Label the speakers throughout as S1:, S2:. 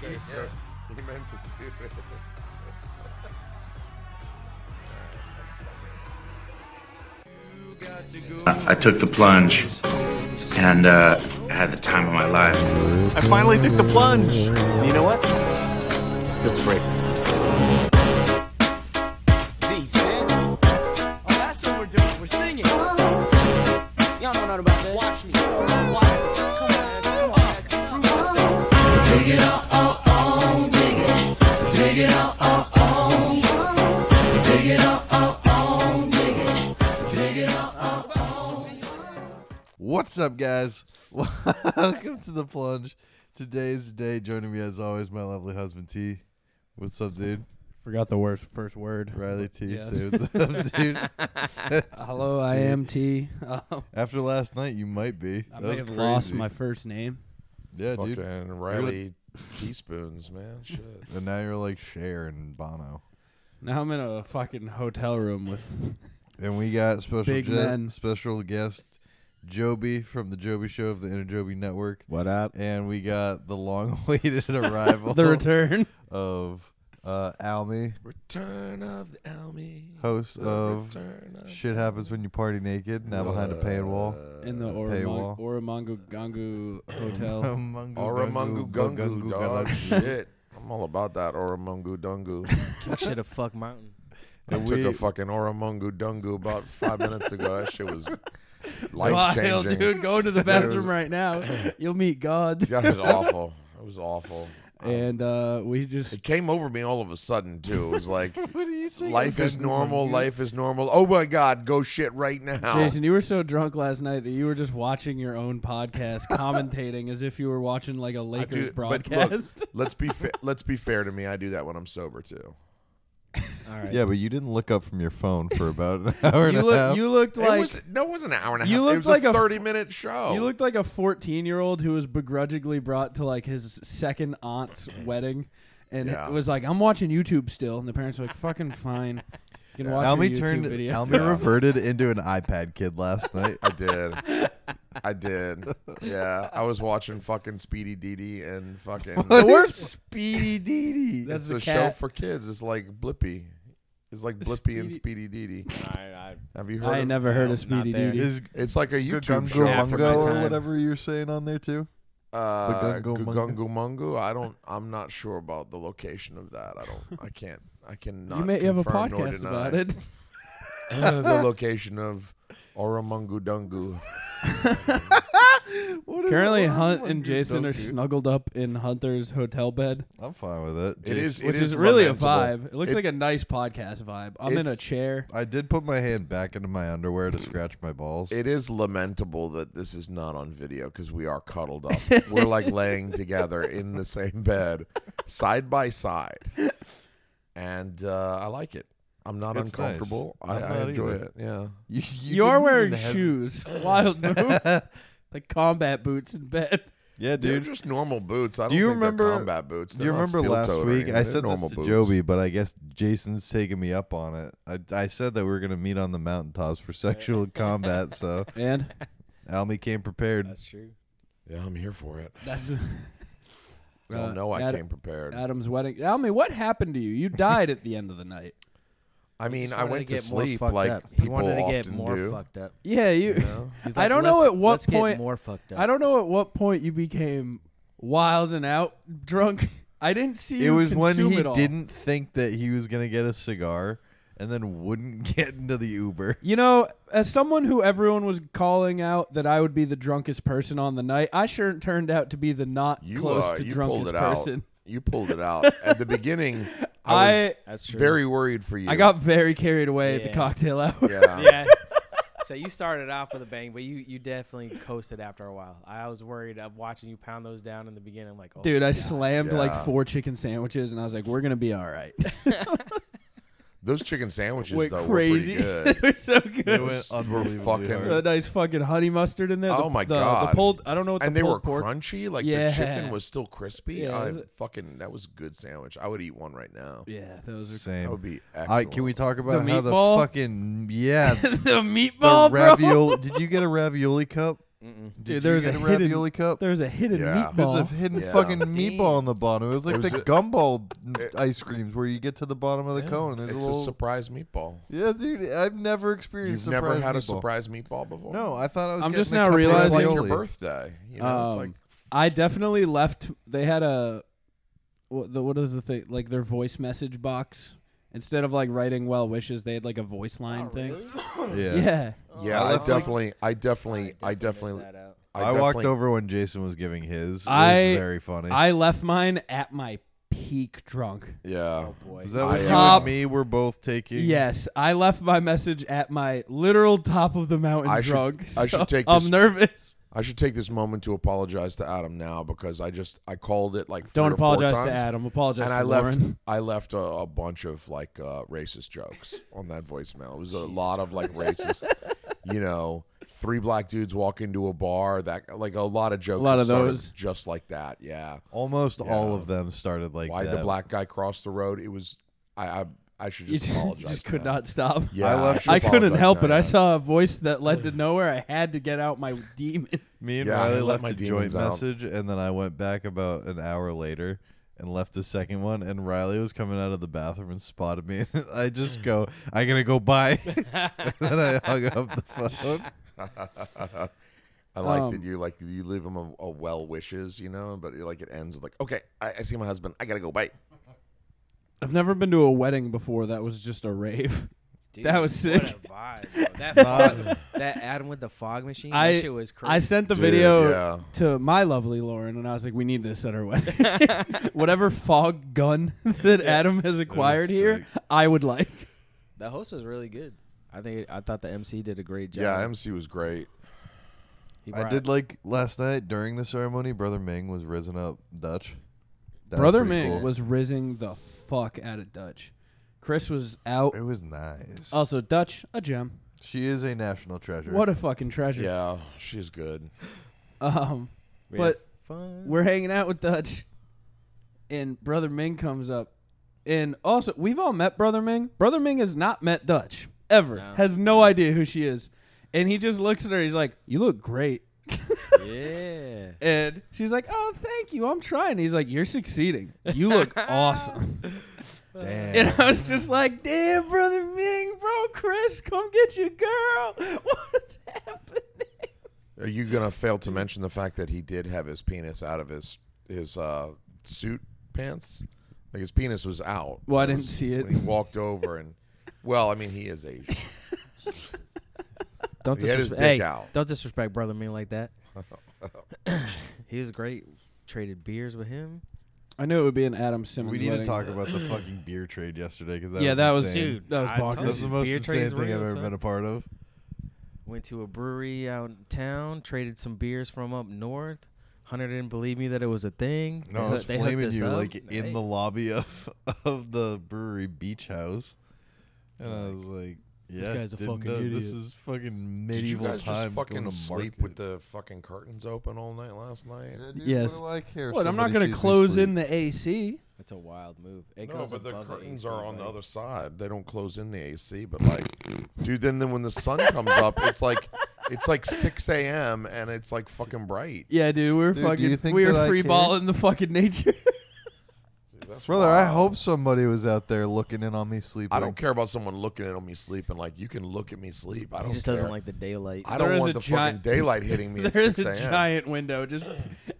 S1: Okay, so he meant to do it.
S2: I took the plunge and uh, had the time of my life.
S3: I finally took the plunge. And you know what? Feels great.
S4: Oh, that's what we're doing. We're singing. Y'all know nothing about that. Watch me. Watch me. Come on. Come on. Prove yourself.
S1: What's up, guys? Welcome to the plunge. Today's day. Joining me as always, my lovely husband T. What's up, dude?
S5: Forgot the worst first word.
S1: Riley T.
S5: Yeah.
S1: Say what's up, dude.
S5: Hello, I am T. Um,
S1: After last night, you might be.
S5: I
S1: That
S5: may
S1: was
S5: have lost
S1: crazy.
S5: my first name.
S1: yeah, dude.
S6: Fucking Riley teaspoons, man. Shit.
S1: And now you're like Cher and Bono.
S5: Now I'm in a fucking hotel room with.
S1: And we got special
S5: Big men.
S1: guest, special guest Joby from the Joby Show of the Inner Joby Network.
S7: What up?
S1: And we got the long-awaited arrival
S5: the return.
S1: of uh, Almy,
S6: Return of the Almy.
S1: host
S6: The
S1: of
S6: Return of
S1: Shit Happens When You Party Naked, now behind a paywall.
S5: In the
S1: paywall.
S5: Oramong- Oramongo Gangu Hotel.
S1: Mungu
S6: Oramungu
S1: Gungu,
S6: Gungu,
S1: Bungungu
S6: dog.
S1: Gungu.
S6: Shit. I'm all about that Oramungu Dungu.
S7: Shit a fuck mountain.
S6: I
S1: And
S6: took
S1: we-
S6: a fucking Oramungu Dungu about five minutes ago. That shit was life
S5: Wild,
S6: changing.
S5: dude. Go to the bathroom right now. You'll meet God.
S6: That was awful. It was awful.
S5: And uh, we just.
S6: It came over me all of a sudden too. It was like
S1: What are you saying?
S6: life is
S1: Gungu,
S6: normal.
S1: Bungu?
S6: Life is normal. Oh my God, go shit right now.
S5: Jason, you were so drunk last night that you were just watching your own podcast, commentating as if you were watching like a
S6: I
S5: Lakers
S6: do- but look,
S5: broadcast.
S6: let's be fa- let's be fair to me. I do that when I'm sober too.
S7: All right.
S1: Yeah, but you didn't look up from your phone for about an hour and
S5: you,
S1: a half.
S5: look, you looked
S6: it
S5: like
S6: was oh. no, it was an hour and a
S5: you
S6: half.
S5: looked
S6: it was
S5: like
S6: a
S5: a-
S6: 30 minute show.
S5: You looked like a 14 year old who was begrudgingly brought to like his second aunt's wedding and
S6: Yeah.
S5: was like, I'm watching YouTube still. And the parents were like, fucking fine. You can watch your
S1: Almy
S5: YouTube
S1: turned.
S5: video.
S1: Almy reverted into an iPad kid last night.
S6: I did. I did. Yeah, I was watching fucking Speedy Dee and fucking.
S1: What
S5: The
S1: is
S5: worst-
S1: Speedy Dee Dee.
S5: That's
S6: It's
S5: the
S6: a show
S5: cat.
S6: for kids. It's like Blippy. It's like Blippy and Speedy Dee.
S7: I,
S6: Have you heard?
S5: I
S6: of-
S5: ain't never heard
S7: No,
S5: of Speedy
S7: not there.
S5: Duty.
S1: Is
S6: It's like a YouTube
S1: Gungo
S6: show.
S7: After my
S1: Mungo or
S7: time.
S1: whatever you're saying on there too?
S6: Uh,
S1: The Gungo Mungo.
S6: Gungo Mungo. I don't. I'm not sure about the location of that. I don't. I can't. I cannot.
S5: You may have a
S6: confirm nor
S5: podcast
S6: deny
S5: about it.
S6: the location of Oramungu Dungu.
S1: What is
S5: Currently,
S1: wrong
S5: Hunt
S1: with
S5: and
S1: you,
S5: Jason are
S1: Doki?
S5: snuggled up in Hunter's hotel bed,
S1: I'm fine with it.
S6: It is.
S1: Jason-
S5: which
S6: it
S5: is, really a
S6: lamentable.
S5: vibe. It looks
S6: It-
S5: like a nice podcast vibe. I'm in
S6: It's-
S5: a chair.
S1: I did put my hand back into my underwear to scratch my balls.
S6: It is lamentable that this is not on video because we are cuddled up. We're like laying together in the same bed, side by side, and uh, I like it. I'm not
S1: It's
S6: uncomfortable.
S1: nice. I'm
S6: I, I
S1: not
S6: enjoy
S1: either.
S6: it. Yeah.
S1: you,
S5: You,
S1: didn't
S5: are
S1: even
S5: wearing
S1: hes-
S5: shoes. Wild move. like combat boots in bed.
S1: Yeah,
S6: They're
S1: dude.
S6: just normal boots. I don't
S1: Do you
S6: think
S1: remember-
S6: they're combat boots.
S1: Do you
S6: They're not
S1: remember last
S6: steel-toed or
S1: week? I
S6: anything. They're
S1: said this
S6: normal
S1: to
S6: boots.
S1: Joby, but I guess Jason's taking me up on it. I, I said that we were going to meet on the mountaintops for sexual combat, so
S5: And
S1: Almy came prepared.
S7: that's true.
S6: Yeah, I'm here for
S7: Uh,
S6: it.
S5: that's.
S6: I don't
S5: Uh,
S6: know. I
S5: Adam-
S6: came prepared.
S5: Adam's wedding. I mean, what happened to you? You died at the end of the night.
S6: I mean,
S7: Just
S6: I
S7: wanted
S6: went to,
S7: get more
S6: sleep
S7: fucked
S6: like
S7: up. He
S6: people
S7: wanted to
S6: often
S7: get more
S6: do.
S7: fucked up.
S5: Yeah, you.
S6: you know?
S7: He's
S5: I
S7: like,
S5: don't know
S7: "Let's-
S5: at what
S7: let's
S5: point-
S7: Get more fucked up.
S5: I don't know at what point you became wild and out drunk. I didn't see
S1: It
S5: you
S1: was when
S5: consume
S1: he
S5: it all.
S1: didn't think that he was going to get a cigar and then wouldn't get into the Uber.
S5: You know, as someone who everyone was calling out that I would be the drunkest person on the night, I sure turned out to be the not
S6: You
S5: close
S6: uh,
S5: to
S6: you pulled
S5: drunkest
S6: it
S5: person.
S6: out. You pulled it out at the beginning. I was
S5: I
S7: That's true.
S6: very worried for you.
S5: I got very carried away at the
S7: Yeah.
S5: cocktail hour.
S6: yeah.
S7: Yeah. so you started off with a bang, but you you definitely coasted after a while. I was worried of watching you pound those down in the beginning. I'm like, oh,
S5: Dude, I slammed
S6: Yeah.
S5: like four chicken sandwiches, and I was like, "We're gonna be all right."
S6: Those chicken sandwiches
S5: Went
S6: though
S5: crazy. they
S6: were pretty good.
S5: were so good.
S1: It
S6: Those
S1: went
S6: were
S1: unbelievably
S6: fucking-
S1: hard.
S5: a nice fucking honey mustard in there. The-
S6: Oh my
S5: the-
S6: God.
S5: The pulled, I don't know what
S6: and
S5: the
S6: they were
S5: pulled pork.
S6: crunchy. Like the
S5: Yeah.
S6: chicken was still crispy.
S5: Yeah,
S6: I
S5: is it-
S6: fucking that was a good sandwich. I would eat one right now.
S5: Yeah, those are
S6: That
S1: Same.
S6: would be
S1: I,
S6: excellent.
S1: can we talk about how the
S5: meatball?
S1: fucking yeah
S5: the
S1: the
S5: meatball, bro.
S1: ravioli? Did you get a ravioli cup?
S5: Dude,
S1: Did
S5: there
S1: you
S5: was a
S1: get a
S5: hidden-
S1: ravioli cup?
S5: There was a hidden
S6: Yeah.
S1: There's a
S5: meatball.
S1: hidden
S6: Yeah.
S1: fucking meatball on the bottom. It was like
S6: It was
S1: the
S6: a-
S1: gumball ice creams where you get to the bottom of the
S6: Yeah,
S1: cone. There's
S6: it's
S1: a little.
S6: surprise meatball.
S1: yeah, dude, I've never experienced.
S6: You've never
S1: surprise
S6: had a
S1: meatball.
S6: surprise meatball before.
S1: No, I thought I was.
S5: I'm
S1: getting
S5: just
S1: a
S5: now
S1: cup of
S6: it's like
S5: realizing-
S6: your
S1: ravioli.
S6: birthday. You know, it's
S5: Um,
S6: like
S5: I definitely left. They had a what, the, what is the thing? Like their voice message box. Instead of like writing well wishes, they had like a voice
S7: oh,
S5: line thing.
S1: Yeah.
S5: Yeah.
S6: yeah,
S1: I
S6: I
S1: left, like-
S6: definitely, I definitely, I definitely,
S7: that out.
S1: I, walked over when Jason was giving his. It
S5: I-
S1: was very funny.
S5: I left mine at my peak drunk.
S6: Yeah,
S7: Boy.
S1: was that what
S6: I,
S1: you
S5: uh,
S1: and me were both taking?
S5: Yes, I left my message at my literal top of the mountain
S6: I should-
S5: drug.
S6: I should
S5: so
S6: take
S5: I'm
S6: this-
S5: nervous.
S6: I should take this moment to apologize to Adam now because I just I called it like three
S5: Don't
S6: or four
S5: apologize to
S6: times,
S5: Adam. Apologize
S6: and
S5: to
S6: I left
S5: Lauren.
S6: I left a, a bunch of like uh, racist jokes on that voicemail. It was a lot of like racist, you know, three black dudes walk into a bar that like a lot of jokes.
S5: lot
S6: that
S5: of
S6: started
S5: those.
S6: just like that. Yeah,
S1: Almost all
S6: Yeah.
S1: of them started like
S6: why
S1: that.
S6: the black guy crossed the road? It was I I, I should
S5: You
S6: just
S5: just,
S6: apologize.
S5: just
S6: to
S5: could
S6: Adam.
S5: not stop.
S6: Yeah,
S1: I left
S6: should
S5: I couldn't
S6: apologize
S5: help
S6: to
S5: it. I
S6: Adam.
S5: saw a voice that led to nowhere. I had to get out my demon.
S1: Me and
S6: Yeah, I
S1: Riley
S6: let
S1: left
S6: my
S1: a joint
S6: demons out.
S1: message, and then I went back about an hour later and left a second one. And Riley was coming out of the bathroom and spotted me. I just go, "I gotta go by," and then I hung up the phone.
S6: I like
S5: Um,
S6: that you like you leave him a, a well wishes, you know, but you like it ends with like, okay, I, I see my husband, I gotta go. Bye.
S5: I've never been to a wedding before that was just a rave.
S7: Dude,
S5: That was sick.
S7: What a vibe, bro. That, fog, that Adam with the fog machine,
S5: I-
S7: that shit was crazy.
S5: I sent the
S6: Dude,
S5: video
S6: yeah.
S5: to my lovely Lauren, and I was like, "We need this at our wedding. Whatever fog gun that Adam has acquired here, I would like."
S7: the host was really good. I think I thought the MC did a great job.
S6: Yeah, MC was great.
S7: He
S1: I
S7: brought-
S1: did like last night during the ceremony. Brother Ming was risen up Dutch. That was
S5: Brother
S1: pretty
S5: Ming
S1: cool.
S5: was rizzing the fuck out of Dutch. Chris was out.
S1: It was nice.
S5: Also, Dutch, a gem.
S1: she is a national treasure.
S5: What a fucking treasure.
S6: Yeah, she's good.
S5: Um,
S7: We
S5: but-
S7: had fun.
S5: we're hanging out with Dutch, and Brother Ming comes up. And also, we've all met Brother Ming. Brother Ming has not met Dutch ever,
S7: No.
S5: has no idea who she is. And he just looks at her. He's like, You look great.
S7: yeah.
S5: And she's like, Oh, thank you. I'm trying. He's like, You're succeeding. You look awesome.
S1: Damn.
S5: And I was just like, Damn, Brother Ming, bro, Chris, come get your girl. What's happening?
S6: Are you gonna fail to mention the fact that he did have his penis out of his his uh, suit pants? Like his penis was out.
S5: Well, I didn't see it.
S6: When he walked over and, well, I mean, he is Asian.
S7: Don't
S6: He had his
S7: disrespect.
S6: dick
S7: hey,
S6: out.
S7: don't disrespect brother me like that. he was great. Traded beers with him.
S5: I knew it would be an Adam Simmons
S1: we need to
S5: wedding.
S1: talk about the fucking beer trade yesterday because that
S5: yeah,
S1: was
S5: that was,
S1: insane.
S5: dude, that was
S7: I told
S5: bonkers.
S1: That's the most
S7: Beer
S1: insane
S7: trade's
S1: thing
S7: real,
S1: I've ever
S7: son.
S1: been a part of.
S7: Went to a brewery out in town. Traded some beers from up north. Hunter didn't believe me that it was a thing.
S1: No,
S7: They
S1: I
S7: hoo-
S1: was
S7: they hooked
S1: flaming
S7: us
S1: you
S7: up.
S1: like in
S7: Hey.
S1: the lobby of of the brewery beach house, and I was like, "Yeah,
S7: guy's a
S1: didn't
S7: fucking
S1: know This
S7: idiot."
S1: is fucking
S6: Did you
S1: medieval
S6: guys just
S1: times going
S6: fucking
S1: to
S6: sleep
S1: market.
S6: with the fucking curtains open all night last night?
S1: Yeah,
S5: what Yes. do
S1: What do I care?
S5: What? I'm not going to close in the AC.
S7: It's a wild move. It
S6: No,
S7: goes
S6: but the
S7: above
S6: curtains
S7: AC,
S6: are on the
S7: buddy.
S6: other side. They don't close in the AC, but like, dude, then then when the sun comes up, it's like it's like six a.m. and it's like fucking bright.
S5: Yeah, dude, we were
S1: Dude, do
S5: fucking,
S1: you think
S5: we
S1: that
S5: were
S1: I
S5: free
S1: care?
S5: balling the fucking nature.
S6: That's
S1: Brother, I
S6: wild.
S1: hope somebody was out there looking in on me sleeping.
S6: I don't care about someone looking at me sleeping. Like you can look at me sleep. I don't.
S7: He just
S6: care.
S7: doesn't like the daylight.
S6: I
S5: There
S6: don't
S5: is
S6: want
S5: a
S6: the
S5: giant-
S6: fucking daylight hitting me at
S5: there is
S6: six
S5: a
S6: a.m.
S5: giant window just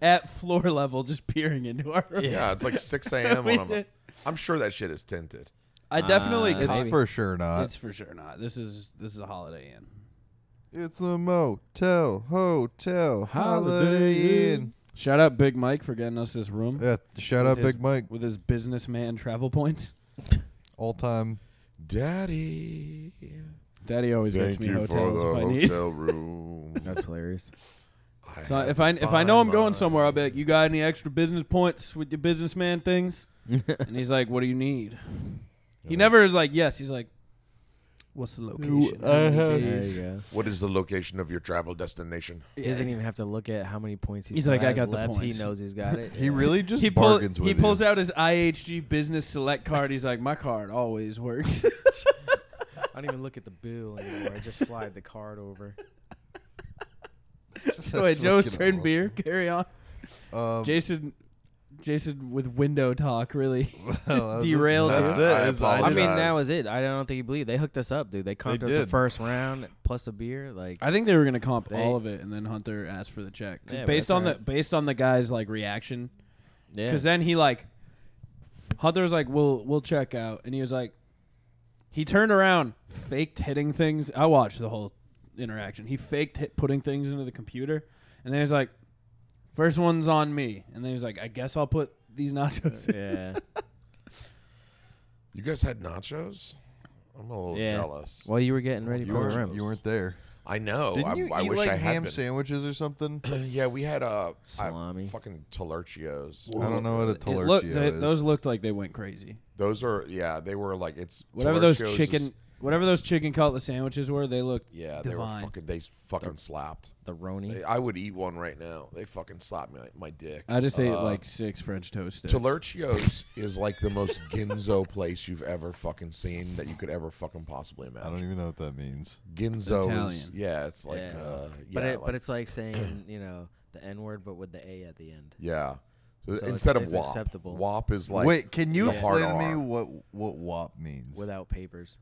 S5: at floor level, just peering into our room.
S6: Yeah, it's like six a.m.
S5: We
S6: on a,
S5: did.
S6: I'm sure that shit is tinted.
S5: I definitely.
S7: Ah.
S1: Uh, It's
S5: caught-
S1: for sure not.
S5: it's for sure not. This is this is a Holiday Inn.
S1: It's a motel, hotel,
S5: Holiday
S1: Holiday
S5: Inn.
S1: Inn.
S5: Shout out Big Mike for getting us this room
S1: Yeah, shout out
S5: With his-
S1: Big Mike,
S5: with his businessman travel points.
S1: all time.
S6: Daddy,
S5: Daddy always gets me hotels if I need.
S6: hotel room.
S7: That's hilarious.
S5: So if I if I know I'm going somewhere, I'll be like, "You got any extra business points with your businessman things?" and he's like, "What do you need?" He never is like, "Yes." He's like, "What's the location?" How
S1: I have-
S5: many
S7: There
S5: days?"
S7: you go.
S6: What is the location of your travel destination?
S7: He doesn't even have to look at how many points he
S5: He's
S7: still
S5: like, I
S7: has
S5: got the
S7: left.
S5: points.
S7: He knows he's got it.
S1: He
S7: Yeah.
S1: really just
S5: he, pull,
S1: bargains with
S5: he pulls
S1: you.
S5: out his IHG business select card. He's like, my card always works.
S7: I don't even look at the bill anymore. I just slide the card over.
S5: So wait,
S1: That's
S5: Joe's
S1: fucking
S5: turned
S1: awful.
S5: beer. Carry on.
S1: Um,
S5: Jason, Jason with window talk really
S1: Oh, well, this-
S5: derailed
S6: That's
S5: you.
S6: it.
S1: I
S6: It's all-
S7: I mean,
S1: apologize.
S6: Guys.
S7: that was it. I don't think you believe they hooked us up, dude. They comped us the
S1: did.
S7: first round plus a beer. Like
S5: I think they were gonna comp
S7: They-
S5: all of it, and then Hunter asked for the check 'Cause
S7: Yeah, but
S5: based
S7: that's
S5: on the
S7: alright.
S5: based on the guy's like reaction.
S7: yeah,
S5: Because then he like Hunter was like, "We'll we'll check out," and he was like, he turned around, faked hitting things. I watched the whole interaction. He faked hit, putting things into the computer, and then he's like, first one's on me," and then he's like, "I guess I'll put these nachos." in."
S7: yeah.
S6: You guys had nachos? I'm a little
S7: Yeah.
S6: jealous.
S7: Well, you were getting ready
S1: You
S7: for
S1: weren't,
S7: the room.
S1: you weren't there.
S6: I know.
S1: Didn't
S6: Oh, I,
S1: you
S6: I
S1: eat
S6: wish
S1: like
S6: I had
S1: ham
S6: been.
S1: sandwiches or something?
S6: yeah, we had uh,
S7: Salami.
S6: I, fucking Talercios.
S1: I don't know what a
S5: It
S1: Tollercio
S5: looked- they-
S1: is.
S5: those looked like they went crazy.
S6: Those are yeah, they were like it's
S5: Whatever those
S6: Talercios is-
S5: chicken, whatever those chicken cutlet sandwiches were, they looked
S6: Yeah, they
S5: divine.
S6: were fucking. They fucking slapped.
S7: the Roni.
S6: They, I would eat one right now. They fucking slapped my my dick.
S5: I just ate
S6: Uh,
S5: like six French toast sticks.
S6: Talercios is like the most ginzo place you've ever fucking seen that you could ever fucking possibly
S1: I don't
S6: imagine.
S1: even know what that means.
S6: Ginzo is
S5: Italian.
S6: yeah, it's like
S7: Yeah.
S6: uh, yeah,
S7: but it,
S6: like,
S7: but it's like saying you know the N word, but with the A at the end.
S6: yeah. So
S7: So
S6: instead
S7: it's-
S6: of
S7: it's
S6: WAP,
S7: acceptable.
S6: WAP is like
S1: Wait, can you
S6: the hard
S1: explain to me
S6: R.
S1: what what WAP means?
S7: Without papers.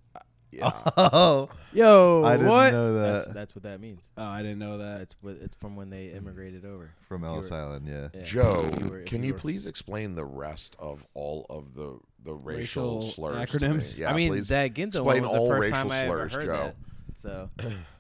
S6: Yeah.
S1: Oh,
S5: Yo,
S1: I didn't
S5: what?
S1: know
S6: Uh,
S1: that
S7: That's that's what that means.
S5: Oh, I didn't know that.
S7: That's what it's from when they immigrated over.
S1: from Ellis Island. Yeah.
S7: Yeah,
S6: Joe,
S7: if were- if
S6: can you
S7: were-
S6: please explain the rest of all of the the racial,
S5: Racial
S6: slurs?
S5: acronyms?
S6: To me? Yeah,
S7: I mean,
S6: please.
S7: that Ginzo
S6: explain
S7: one was the
S6: all
S7: first
S6: racial
S7: time I ever
S6: slurs,
S7: heard
S6: Joe.
S7: that. So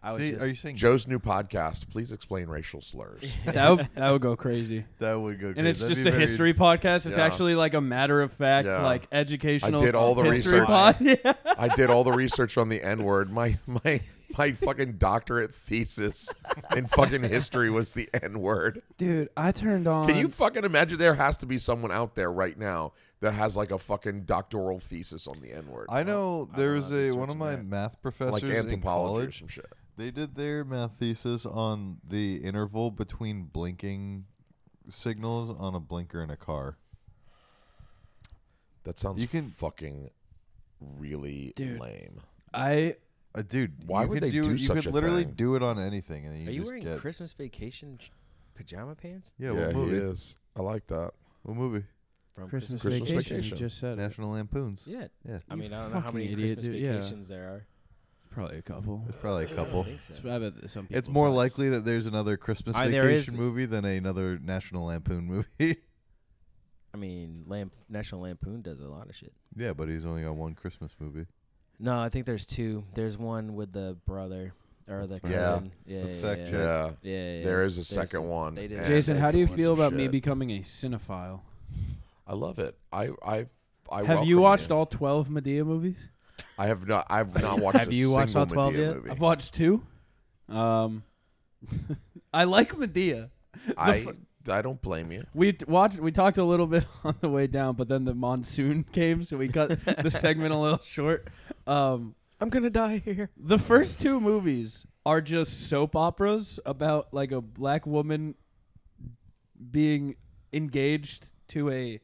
S7: I was
S1: See,
S7: just
S1: are you saying
S6: Joe's new podcast. Please explain racial slurs.
S5: that would, that would go crazy.
S1: that would go?
S5: And it's
S1: That'd
S5: just
S1: be
S5: a
S1: very-
S5: history podcast. It's
S6: Yeah.
S5: actually like a matter of fact,
S6: Yeah.
S5: like educational.
S6: I did all the
S5: history
S6: research.
S5: pod. Yeah.
S6: I did all the research on the N word. My my my fucking doctorate thesis in fucking history was the N word.
S5: Dude, I turned on.
S6: Can you fucking imagine? There has to be someone out there right now that has like a fucking doctoral thesis on the N word,
S1: I know there was a one of
S7: researching
S1: my
S7: that.
S1: math
S6: like
S1: professors in
S6: anthropology or
S1: college.
S6: some shit.
S1: They did their math thesis on the interval between blinking signals on a blinker in a car.
S6: That sounds
S1: You can-
S6: fucking really lame.
S5: I
S1: Uh, dude,
S6: Why
S1: you
S6: would
S1: could
S6: they
S1: do,
S6: do
S1: you
S6: such
S1: could
S6: a
S1: literally
S6: thing?
S1: do it on anything, and then you
S7: Are you
S1: just
S7: wearing
S1: get
S7: Christmas vacation j- pajama pants
S1: yeah. What
S6: he
S1: movie?
S6: is. I like that.
S1: What movie?
S7: from
S5: Christmas,
S6: Christmas
S5: vacation.
S6: vacation.
S5: You just said it.
S1: National Lampoons.
S7: Yeah.
S1: Yeah.
S7: I
S5: You
S7: mean, I don't know how
S5: fucking
S7: many
S5: idiot,
S7: Christmas
S5: dude, yeah.
S7: vacations there are.
S5: Probably a couple.
S1: There's probably a couple.
S7: I think so.
S5: I bet that some people.
S1: It's more
S5: know.
S1: likely that there's another Christmas
S7: I- there
S1: vacation
S7: is-
S1: movie than another National Lampoon movie.
S7: I mean, Lamp- National Lampoon does a lot of shit.
S1: yeah, but he's only got one Christmas movie.
S7: No, I think there's two. There's one with the brother or the
S1: fact-
S6: Yeah.
S7: cousin. Yeah,
S1: Let's
S7: yeah,
S1: fact
S7: yeah.
S1: check.
S6: Yeah.
S7: Yeah, yeah,
S6: There
S7: yeah.
S6: is a
S7: There's
S6: second
S7: some-
S6: one.
S7: they did a
S6: and
S5: Jason,
S7: second
S5: how do you
S6: it's a
S7: one.
S5: feel
S6: piece of
S5: about me
S6: shit.
S5: becoming a cinephile?
S6: I love it. I I I
S5: Have you
S6: welcome
S5: watched all twelve Medea movies?
S6: I have not. I've not watched.
S7: Have
S6: a
S7: you watched
S6: single
S7: all 12
S6: Madea
S7: yet?
S6: Movie.
S5: I've watched two. Um, I like Medea.
S6: I I don't blame you.
S5: We t- watched. We talked a little bit on the way down, but then the monsoon came, so we cut the segment a little short. Um,
S7: I'm gonna die here.
S5: the first two movies are just soap operas about like a black woman being engaged to a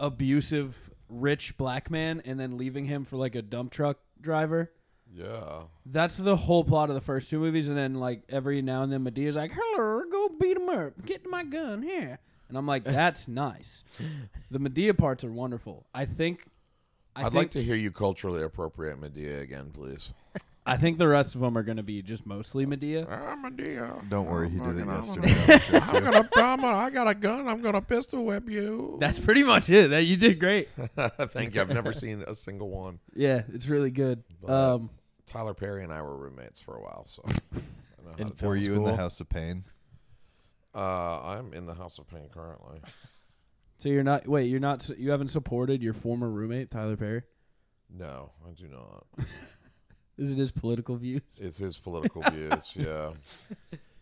S5: abusive rich black man and then leaving him for like a dump truck driver.
S6: Yeah.
S5: That's the whole plot of the first two movies, and then like every now and then Medea's like, "Hello, go beat him up, get my gun here," and I'm like, "That's nice." The Medea parts are wonderful. I think, I
S6: I'd
S5: think,
S6: like to hear you culturally appropriate Medea again, please.
S5: I think the rest of them are gonna be just mostly Medea.
S6: Ah, Medea.
S1: Don't worry, he did it yesterday.
S6: I'm gonna, I'm gonna, I got a gun. I'm gonna pistol whip you.
S5: That's pretty much it. That you did great.
S6: Thank you. I've never seen a single one.
S5: Yeah, it's really good.
S6: But-
S5: Um,
S6: Tyler Perry and I were roommates for a while, so. I know how
S7: In
S6: to-
S1: Were
S7: film
S1: you in the
S7: school.
S1: House of Pain?
S6: uh, I'm in the House of Pain currently.
S5: so you're not wait, you're not you haven't supported your former roommate Tyler Perry.
S6: No, I do not.
S5: Is it his political views?
S6: It's his political views. Yeah,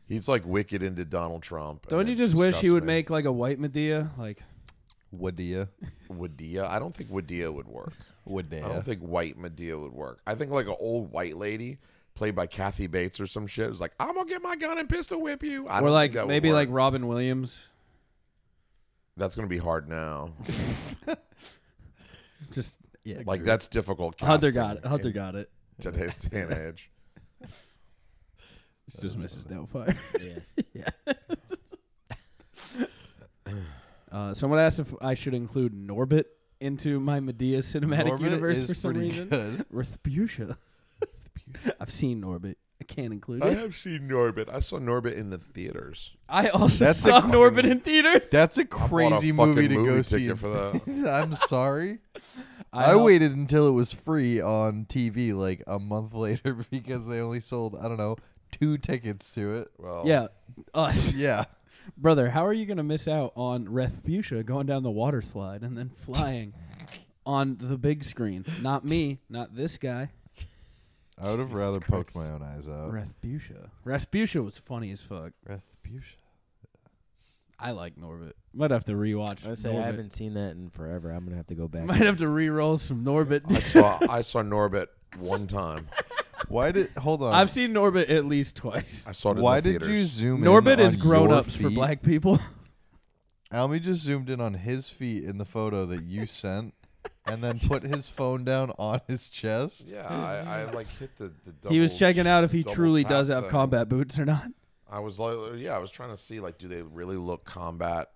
S6: he's like wicked into Donald Trump. and
S5: Don't you
S6: it
S5: just wish he
S6: disgusts
S5: would
S6: me.
S5: make like a white Medea? Like
S1: Wadia.
S6: Wadia? I don't think Wadia would work. I
S1: Wadia.
S6: don't think white Medea would work. I think like an old white lady played by Kathy Bates or some shit is like, I'm gonna get my gun and pistol whip you. I
S5: or
S6: don't
S5: like
S6: think that would
S5: maybe
S6: work.
S5: like Robin Williams,
S6: that's gonna be hard now.
S5: just yeah.
S6: like that's difficult.
S5: Hunter
S6: casting
S5: got it. Hunter
S6: in
S5: got it.
S6: today's day and age.
S5: It's just Mrs. Doubtfire. Yeah. uh, someone asked if I should include Norbit into my Medea cinematic
S1: Norbit
S5: universe
S1: is
S5: for some
S1: pretty
S5: reason.
S1: good.
S5: Rithbutia. I've seen Norbit. I can't include
S1: Uh,
S6: I
S5: it.
S6: have seen Norbit. I saw Norbit in the theaters.
S5: I also
S1: That's a
S5: saw
S1: fucking-
S5: Norbit in theaters.
S1: That's a
S6: bought a
S1: crazy
S6: fucking
S1: movie to
S6: movie
S1: go
S6: ticket
S1: see.
S6: for that.
S1: I'm sorry. I,
S5: al-
S1: waited until it was free on TV like a month later because they only sold, I don't know, two tickets to it.
S6: Well,
S5: Yeah, us.
S1: Yeah.
S5: Brother, how are you going to miss out on Rethbutia going down the water slide and then flying on the big screen? Not me, not this guy.
S1: I would have rather poked my own eyes out.
S5: Rethbutia. Rethbutia was funny as fuck.
S1: Retribution.
S5: I like Norbit. Might have to rewatch.
S7: I say
S5: Norbit.
S7: I haven't seen that in forever. I'm gonna have to go back.
S5: Might have to re-roll some
S6: I
S5: Norbit.
S6: saw I saw Norbit one time.
S1: Why did hold on?
S5: I've seen Norbit at least twice.
S6: Oh. I saw it in
S1: Why
S6: the
S1: did
S6: theaters.
S1: you zoom in?
S5: Norbit is
S1: on
S5: grown
S1: your
S5: ups for
S1: feet?
S5: black people.
S1: Almy just zoomed in on his feet in the photo that you sent and then put his phone down on his chest.
S6: Yeah, I, I like hit the. the double,
S5: he was checking out if he
S6: double
S5: truly
S6: tap
S5: does have
S6: thing.
S5: combat boots or not.
S6: I was like, yeah, I was trying to see like, do they really look combat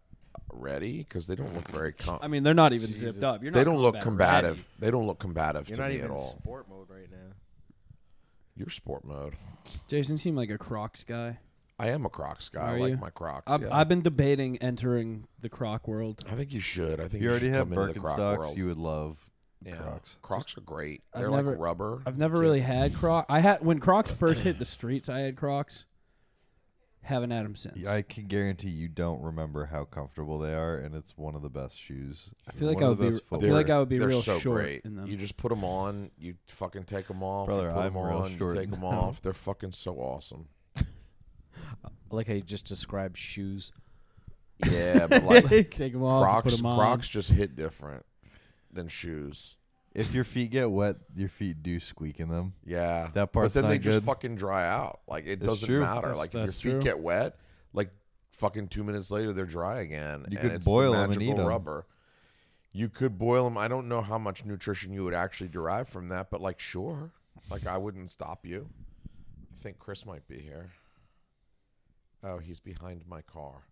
S6: ready? Because they don't look very. Com-
S5: I mean, they're not even
S7: Jesus.
S5: zipped up. You're
S6: they
S5: not
S6: don't look
S5: combat ready.
S6: combative. They don't look combative
S7: You're
S6: to
S7: not
S6: me
S7: even
S6: at
S7: in
S6: all.
S7: sport mode right now.
S6: You're sport mode.
S5: Jason seemed like a Crocs guy.
S6: I am a Crocs guy.
S5: Are
S6: I like
S5: you?
S6: my Crocs.
S5: I've,
S6: yeah.
S5: I've been debating entering the croc world.
S6: I think you should. I think
S1: You already
S6: should
S1: have
S6: come into the Croc
S1: Birkenstocks.
S6: world.
S1: You would love
S6: yeah.
S1: Crocs.
S6: are great.
S5: I've
S6: They're
S5: never-
S6: like rubber.
S5: I've never really had croc. I had when crocs first hit the streets. I had crocs. Haven't had them since.
S1: I can guarantee you don't remember how comfortable they are, and it's one of the best shoes.
S5: I feel like
S1: one
S5: I
S1: of
S5: would
S1: the
S5: be.
S1: best
S5: I feel
S1: footwear.
S5: like I would be
S6: They're
S5: real
S6: so
S5: short
S6: great.
S5: in them.
S6: You just put them on. You fucking take them off.
S1: Brother,
S6: you put
S1: I'm
S6: 'em
S1: real
S6: on,
S1: short
S6: You take
S1: in
S6: them
S1: them.
S6: off. They're fucking so awesome.
S7: I like how you just described shoes.
S6: Yeah, but like
S5: Take them off. and put
S6: Crocs,
S5: 'em on.
S6: Crocs just hit different than shoes.
S1: if your feet get wet, your feet do squeak in them.
S6: Yeah,
S1: That part's
S6: But then they
S1: not
S6: just
S1: good.
S6: fucking dry out. Like it
S1: It's
S6: doesn't
S1: true.
S6: matter.
S5: That's-
S6: like if
S5: that's
S6: your feet
S5: true.
S6: get wet, like fucking two minutes later they're dry again.
S1: You
S6: and
S1: could
S6: it's
S1: boil
S6: the
S1: 'em and
S6: magical
S1: eat 'em.
S6: rubber. You could boil them. I don't know how much nutrition you would actually derive from that, but like sure, like I wouldn't stop you. I think Chris might be here. Oh, he's behind my car.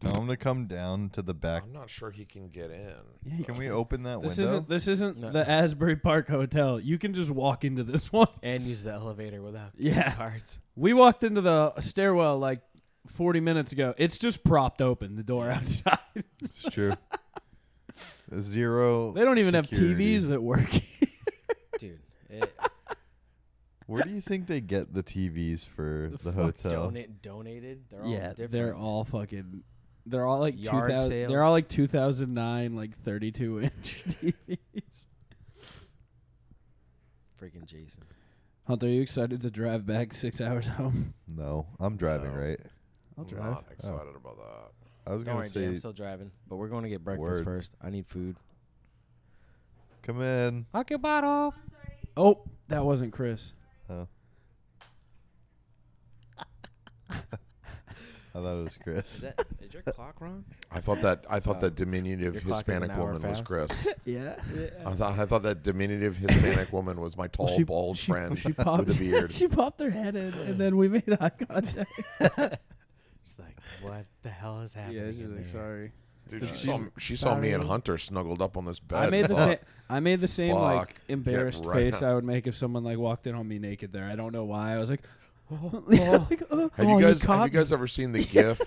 S1: Tell them to come down to the back.
S6: I'm not sure he can get in.
S1: Can we open that
S5: This
S1: window?
S5: isn't. This isn't the Asbury Park Hotel. You can just walk into this one.
S7: And use the elevator without
S5: Yeah.
S7: cards.
S5: We walked into the stairwell like 40 minutes ago. It's just propped open. The door outside.
S1: It's true. Zero.
S5: they don't even
S1: security.
S5: have TVs that work.
S7: Dude. It,
S1: Where do you think they get the TVs for the,
S7: fuck
S1: hotel?
S5: e-
S7: donate- donated. They're all
S5: yeah,
S7: different.
S5: they're all fucking. They're all like
S7: Yard
S5: 2000,
S7: sales.
S5: They're all like 2009, like 32 inch TVs.
S7: freaking Jason.
S5: Hunter, are you excited to drive back six hours home?
S1: No, I'm driving
S6: No.
S1: right.
S5: I'll
S6: I'm not
S1: Oh.
S6: excited about that.
S1: I was
S7: Don't
S1: gonna
S7: worry, Jay, I'm
S1: say,
S7: still driving, but we're going to get breakfast
S1: Word.
S7: first. I need food.
S1: come in.
S7: Okay, bottle.
S5: Oh, that wasn't Chris.
S1: Oh. I thought it was
S7: Is
S1: Chris.
S7: that is your clock wrong?
S6: I thought that I thought
S7: Uh,
S6: that diminutive
S7: your clock is an
S6: Hispanic
S7: hour
S6: woman
S7: fast.
S6: was Chris.
S5: Yeah.
S6: I thought I thought that diminutive Hispanic woman was my tall,
S5: she-
S6: bald
S5: she-
S6: friend
S5: she popped-
S6: with a beard.
S5: she popped her head in, and then we made eye contact.
S7: She's like, what the hell is happening?
S5: yeah, she's
S7: in
S5: like,
S7: there?"
S5: sorry.
S6: Dude, she
S1: she-
S6: saw, she saw me and
S5: sorry.
S6: Hunter snuggled up on this bed.
S5: I made the
S6: Fuck.
S5: same. I made the same
S6: Fuck.
S5: like
S6: Get
S5: embarrassed
S6: right
S5: face
S6: up.
S5: I would make if someone like walked in on me naked there. I don't know why. I was like, oh, like, oh,
S6: Have
S5: oh,
S6: you guys have
S5: caught
S6: you guys ever seen the GIF?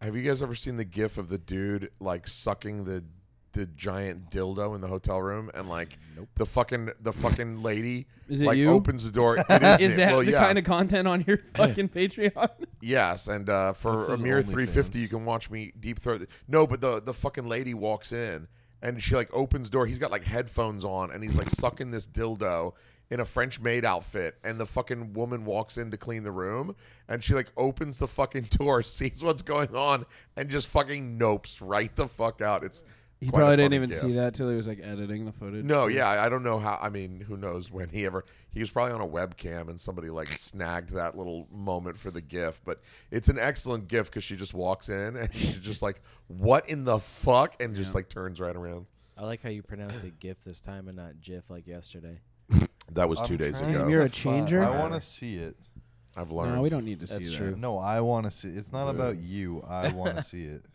S6: have you guys ever seen the GIF of the dude like sucking the the giant dildo in the hotel room and like the fucking the fucking lady
S5: Is it
S6: like
S5: you?
S6: opens the door? It is,
S5: Is
S6: me.
S5: that
S6: well,
S5: the
S6: yeah.
S5: kind of content on your fucking Patreon?
S6: Yes, and uh,
S1: That's
S6: for a
S1: his
S6: mere
S1: OnlyFans.
S6: three fifty, you can watch me deep throat. th- No, but the the fucking lady walks in and she like opens door. He's got like headphones on and he's like sucking this dildo in a French maid outfit. And the fucking woman walks in to clean the room and she like opens the fucking door, sees what's going on, and just fucking nopes right the fuck out. It's
S5: He
S6: quite a
S5: probably didn't
S6: funny
S5: even
S6: gif.
S5: see that till he was like editing the footage.
S6: No, yeah, I I don't know how. I mean, who knows when he ever? He was probably on a webcam and somebody like snagged that little moment for the GIF. But it's an excellent GIF because she just walks in and she's just like, "What in the fuck?" and just like turns right around.
S7: I like how you pronounced it GIF this time and not GIF like yesterday.
S6: That was two
S1: I'm
S6: days
S1: trying
S6: ago.
S1: to
S5: You're a
S1: find-
S5: changer?
S1: I want to see it.
S6: I've learned.
S5: No, we don't need to
S1: That's
S5: see
S1: true. No, I want to see. It's not about you. I want to see it.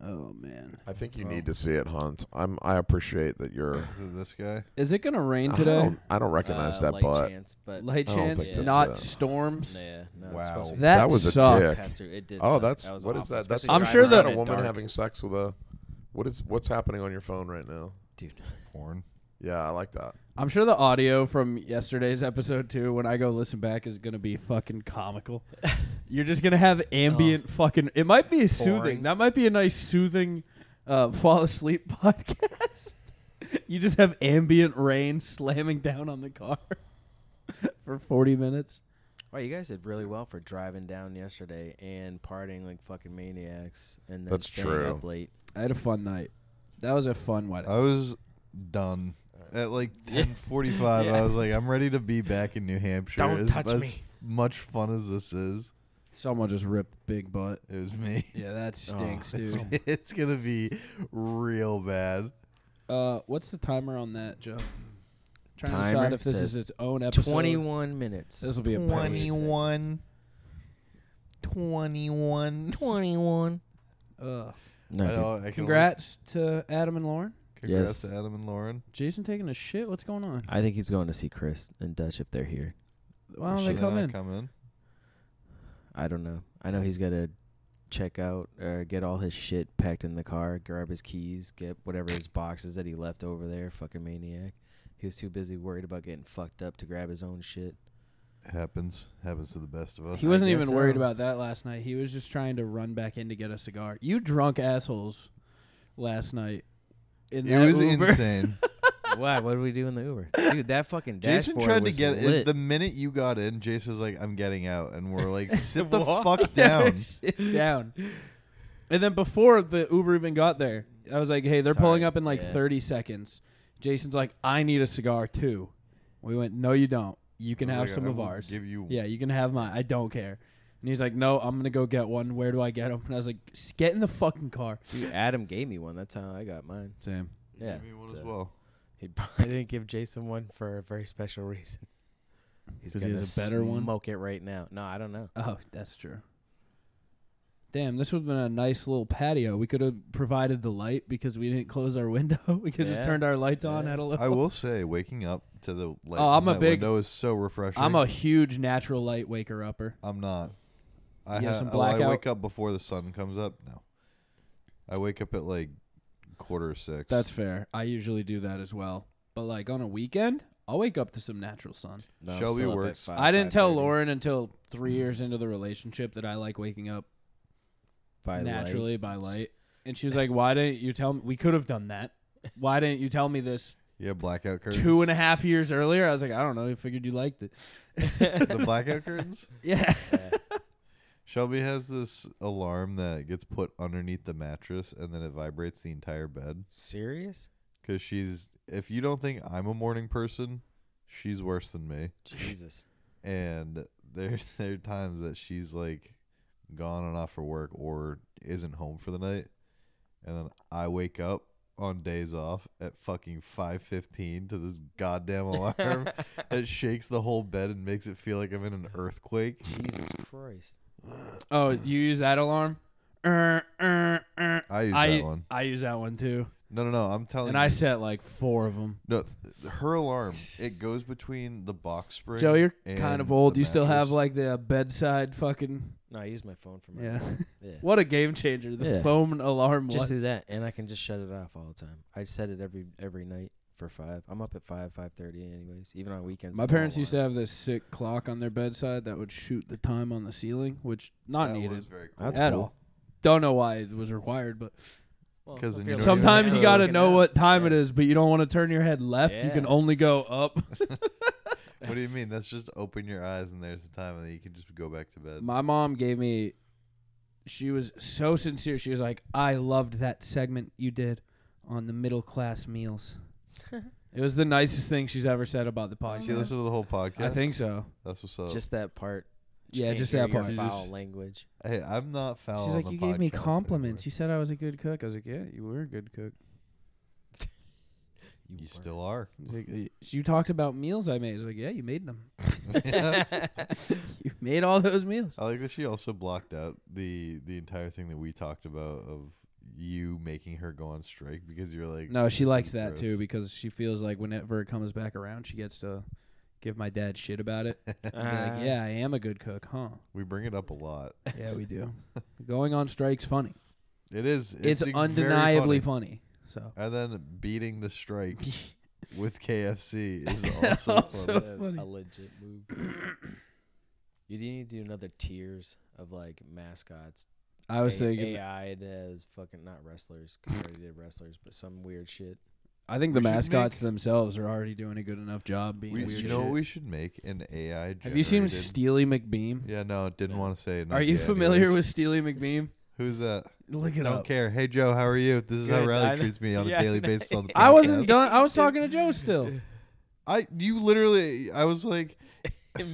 S5: that. Oh man,
S6: I think you need to see it, Hunt. I'm. I appreciate that you're.
S1: Is it this guy?
S5: is it gonna rain
S6: I
S5: today?
S6: don't, I don't recognize
S7: uh,
S6: that
S7: light
S6: butt.
S7: chance, but
S5: Light
S6: I don't
S5: chance,
S6: think that's
S5: not
S6: it.
S5: storms.
S7: yeah, no, it's
S1: Wow.
S7: supposed to be
S5: That,
S6: That was a
S5: sucked.
S6: dick.
S7: past through. It did.
S6: Oh,
S7: suck.
S6: that's
S7: uh, that was
S6: what
S7: awful,
S6: is that? That's
S7: especially
S5: I'm sure
S7: driving
S5: that-
S7: around
S6: a
S7: in
S6: woman
S7: dark.
S6: having sex with a. What is what's happening on your phone right now?
S7: Dude,
S1: Porn.
S6: Yeah, I like that.
S5: I'm sure the audio from yesterday's episode too, when I go listen back, is gonna be fucking comical. You're just gonna have ambient fucking. It might be soothing. That might be a nice soothing uh, fall asleep podcast. you just have ambient rain slamming down on the car for 40 minutes.
S7: wow, you guys did really well for driving down yesterday and partying like fucking maniacs, and then
S6: That's
S7: staying
S6: true.
S7: up late.
S5: I had a fun night. That was a fun
S7: Uh,
S5: one.
S1: I was done at like 10:45. I was like, I'm ready to be back in New Hampshire.
S7: Don't
S1: as,
S7: touch
S1: as
S7: me.
S1: Much fun as this is,
S5: Someone just ripped big butt.
S1: it was me.
S5: Yeah,
S7: Oh,
S5: that stinks,
S1: It's,
S5: dude.
S1: it's gonna be real bad.
S5: Uh, what's the timer on that, Joe? Trying to
S7: Timer
S5: decide if this
S7: says
S5: is its own episode.
S7: Twenty-one minutes.
S5: This will be a post.
S1: 21. 21.
S7: Twenty-one.
S1: I
S5: Ugh.
S7: No, dude.
S1: know, I can only-
S5: Congrats to Adam and Lauren.
S1: Congrats
S7: Yes.
S1: to Adam and Lauren.
S5: Jason taking a shit. What's going on?
S7: I think he's going to see Chris and Dutch if they're here.
S5: Why don't
S1: Should
S5: they come
S1: not
S5: in?
S1: Come in.
S7: I don't know. I know he's got to check out or get all his shit packed in the car, grab his keys, get whatever his boxes that he left over there. Fucking maniac. He was too busy worried about getting fucked up to grab his own shit.
S1: Happens. Happens to the best of us.
S5: He wasn't
S7: I
S5: even
S7: guess
S5: worried
S1: uh,
S7: so.
S5: about that last night. He was just trying to run back in to get a cigar. You drunk assholes last night. In
S1: it
S5: that
S1: was
S5: Uber.
S1: insane.
S7: Why? What did we do in the Uber, dude? That fucking
S1: Jason
S7: dashboard
S1: tried to
S7: was
S1: get in.
S7: lit.
S1: The minute you got in, Jason was like, I'm getting out. And we're like, sit the fuck down.
S5: Sit down. And then before the Uber even got there, I was like, "Hey, they're
S7: Sorry.
S5: pulling up in like
S7: Yeah.
S5: 30 seconds." Jason's like, "I need a cigar too." We went, "No, you don't. You can
S1: I was
S5: have
S1: like,
S5: some
S1: I
S5: of
S1: will
S5: ours.
S1: give you-
S5: yeah, you can have mine. I don't care." And he's like, "No, I'm gonna go get one. Where do I get them?" And I was like, "S- "Get in the fucking car."
S7: Dude, Adam gave me one. That's how I got mine.
S5: Same.
S7: Yeah.
S1: Give me one
S7: so
S1: as well.
S7: He probably didn't give Jason one for a very special reason. He's
S5: 'Cause he
S7: gonna
S5: has a better one?
S7: Smoke it right now. No, I don't know.
S5: Oh, that's true. Damn, this would have been a nice little patio. We could have provided the light because we didn't close our window. We could have
S7: Yeah.
S5: just turned our lights on
S7: Yeah.
S5: at a little.
S1: I will say, waking up to the light
S5: Oh, I'm
S1: from
S5: a
S1: that
S5: big-
S1: window is so refreshing.
S5: I'm a huge natural light waker upper.
S1: I'm not. I
S5: You have
S1: ha-
S5: some
S1: oh, I
S5: blackout?
S1: wake up before the sun comes up. No, I wake up at like quarter of six.
S5: That's fair. I usually do that as well. But like on a weekend, I'll wake up to some natural sun.
S7: No, I'm
S1: Shelby
S7: still up at
S1: works.
S7: five,
S5: I didn't tell
S7: 5:30.
S5: Lauren until three years into the relationship that I like waking up
S7: By light.
S5: naturally by light. And she was like, Why didn't you tell me we could have done that? Why didn't you tell me this
S1: yeah, blackout curtains.
S5: two and a half years earlier? I was like, I don't know, I figured you liked it.
S1: the blackout curtains.
S5: Yeah.
S1: Shelby has this alarm that gets put underneath the mattress and then it vibrates the entire bed.
S7: Serious?
S1: Cause she's, if you don't think I'm a morning person, she's worse than me.
S7: Jesus.
S1: And there's there are times that she's like gone and off for work or isn't home for the night, and then I wake up on days off at fucking five fifteen to this goddamn alarm that shakes the whole bed and makes it feel like I'm in an earthquake.
S7: Jesus Christ.
S5: Oh, you use that alarm? Er, er, er.
S1: I use that one.
S5: I use that one too.
S1: No, no, no. I'm telling
S5: And
S1: you.
S5: I set like four of them.
S1: no, th- her alarm it goes between the box spring.
S5: Joe, you're
S1: and
S5: kind of
S1: the
S5: old. You still have
S1: mattress.
S5: like the uh, bedside fucking
S7: No, I use my phone for my.
S5: yeah.
S7: yeah.
S5: What a game changer! The
S7: Yeah.
S5: phone alarm
S7: Just
S5: was.
S7: do that, and I can just shut it off all the time. I set it every every night for five. I'm up at five, five thirty, anyways. Even on weekends.
S5: My
S7: it's no
S5: parents used to
S7: alarm.
S5: have this sick clock on their bedside that would shoot the time on the ceiling, which not
S1: That
S5: needed
S1: was very cool.
S7: That's
S5: at
S7: cool.
S5: all. Don't know why it was required, but
S7: Well,
S1: 'Cause then you
S7: I feel like
S1: don't even
S5: sometimes
S1: have
S5: you
S1: to
S5: got to
S7: looking
S5: know
S7: out.
S5: what time
S7: Yeah.
S5: it is, but you don't want to turn your head left. You can
S7: Yeah.
S5: only go up.
S1: What do you mean? That's just open your eyes and there's the time, and then you can just go back to bed.
S5: My mom gave me. She was so sincere. She was like, "I loved that segment you did on the middle class meals." it was the nicest thing she's ever said about the podcast.
S1: She listened to the whole podcast.
S5: I think so.
S1: That's what's up.
S7: Just that part. She
S5: Yeah,
S7: can't
S5: just
S7: hear
S5: that
S7: your
S5: part.
S7: Foul
S1: Just-
S7: language.
S1: Hey, I'm not foul.
S5: She's
S1: on
S5: like,
S1: the
S5: you gave me
S1: podcast
S5: compliments.
S1: anyway.
S5: You said I was a good cook. I was like, yeah, you were a good cook.
S7: You,
S1: You
S7: were.
S1: still are.
S5: He's like, "Uh, so you talked about meals I made. He's like, yeah, you made them.
S1: I
S5: You made all those meals.
S1: like that she also blocked out the the entire thing that we talked about of you making her go on strike because you're like
S5: No, she
S1: "This
S5: likes
S1: is
S5: that too
S1: gross."
S5: because she feels like whenever it comes back around, she gets to give my dad shit about it. And be
S7: Ah.
S1: Uh.
S5: like, yeah, I am a good cook, huh?
S1: we bring it up a lot.
S5: Yeah, we do. Going on strike's funny.
S1: It is.
S5: It's,
S1: It's, ex- very
S5: undeniably
S1: funny.
S5: funny. So
S1: And then beating the strike with KFC is also,
S5: Also-
S1: Oh, funny.
S7: a,
S5: funny.
S7: a legit move. you do need to do another tiers of like mascots.
S5: I was
S7: A-
S5: thinking,
S7: AI'd as fucking not wrestlers, 'cause we already did wrestlers, but some weird shit.
S5: I think the
S1: We should
S5: mascots
S1: make-
S5: themselves are already doing a good enough job being
S1: We,
S5: weird.
S1: you know what
S5: shit.
S1: we should make an AI. Generated.
S5: Have you seen Steely McBeam?
S1: Yeah, no, didn't want to say it. not
S5: Are you
S1: yet
S5: familiar
S1: anyways.
S5: with Steely McBeam?
S1: who's that?
S5: Look it
S1: Don't
S5: up.
S1: care. Hey Joe, how are you? This is how
S7: Good, I
S1: Riley
S7: know.
S1: treats me on
S7: Yeah,
S1: a daily
S7: I know.
S1: basis. On the
S5: I wasn't
S1: podcast.
S5: done. I was talking to Joe still.
S1: I you literally. I was like,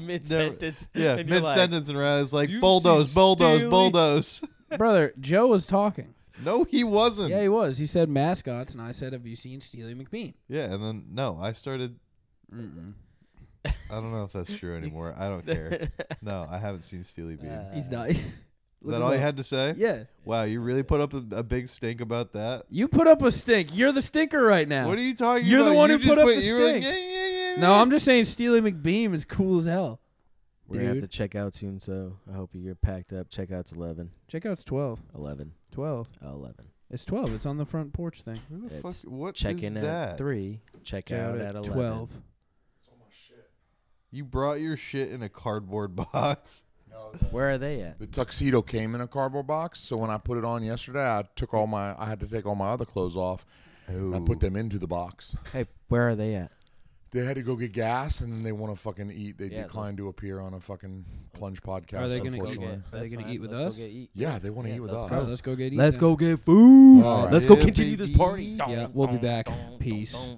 S7: Mid sentence.
S1: yeah,
S7: and you're
S1: mid
S7: like,
S1: sentence, and Riley's like,
S7: "Do you
S1: bulldoze,
S7: see
S1: bulldoze,
S7: Steely?"
S1: bulldoze.
S5: Brother, Joe was talking.
S1: No, he wasn't.
S5: Yeah, he was. He said mascots, and I said, "Have you seen Steely McBeam?"
S1: Yeah, and then no, I started. I don't know if that's true anymore. I don't care. No, I haven't seen Steely Bean.
S7: Uh,
S5: He's nice. Is
S1: Is that all you had to say?
S5: Yeah.
S1: Wow, you really put up a, a big stink about that.
S5: You put up a stink. You're the stinker right now.
S1: What are you talking
S5: You're the
S1: about?
S5: one who
S1: just
S5: put up the
S1: you were like,
S5: stink.
S1: "Yeah, yeah, yeah,
S5: No,
S1: yeah."
S5: I'm just saying Steely McBeam is cool as hell.
S7: We're gonna have
S5: Dude.
S7: to check out soon, so I hope you're packed up. Checkouts 11,
S5: Check out it's 12.
S7: 11,
S5: 12.
S7: 11.
S5: It's 12. It's on the front porch thing.
S1: Who the
S7: It's
S1: fuck? What
S7: Check
S1: is
S7: in
S1: that?
S7: at three. Check,
S5: Check
S7: out,
S5: it
S7: at 11.
S5: 12.
S1: You brought your shit in a cardboard box.
S7: Where are they at?
S6: The tuxedo came in a cardboard box, so when I put it on yesterday, I took all my I had to take all my other clothes off. And I put them into the box.
S7: Hey, where are they at?
S6: They had to go get gas, and then they want to fucking eat. They
S7: Yeah, let's-
S6: declined to appear on a fucking plunge podcast.
S5: Are they gonna eat
S6: unfortunately.
S5: it? Are they gonna eat with
S7: Let's go
S5: us?
S7: get eat.
S6: Yeah, they want to
S7: Yeah,
S6: eat with
S7: let's
S6: us.
S5: All right,
S7: go.
S5: let's go get eat.
S7: Let's
S5: then.
S7: go get food.
S6: All right.
S7: Let's go
S1: Yeah,
S7: continue this
S1: baby.
S7: party.
S5: Yeah, we'll be back. Peace.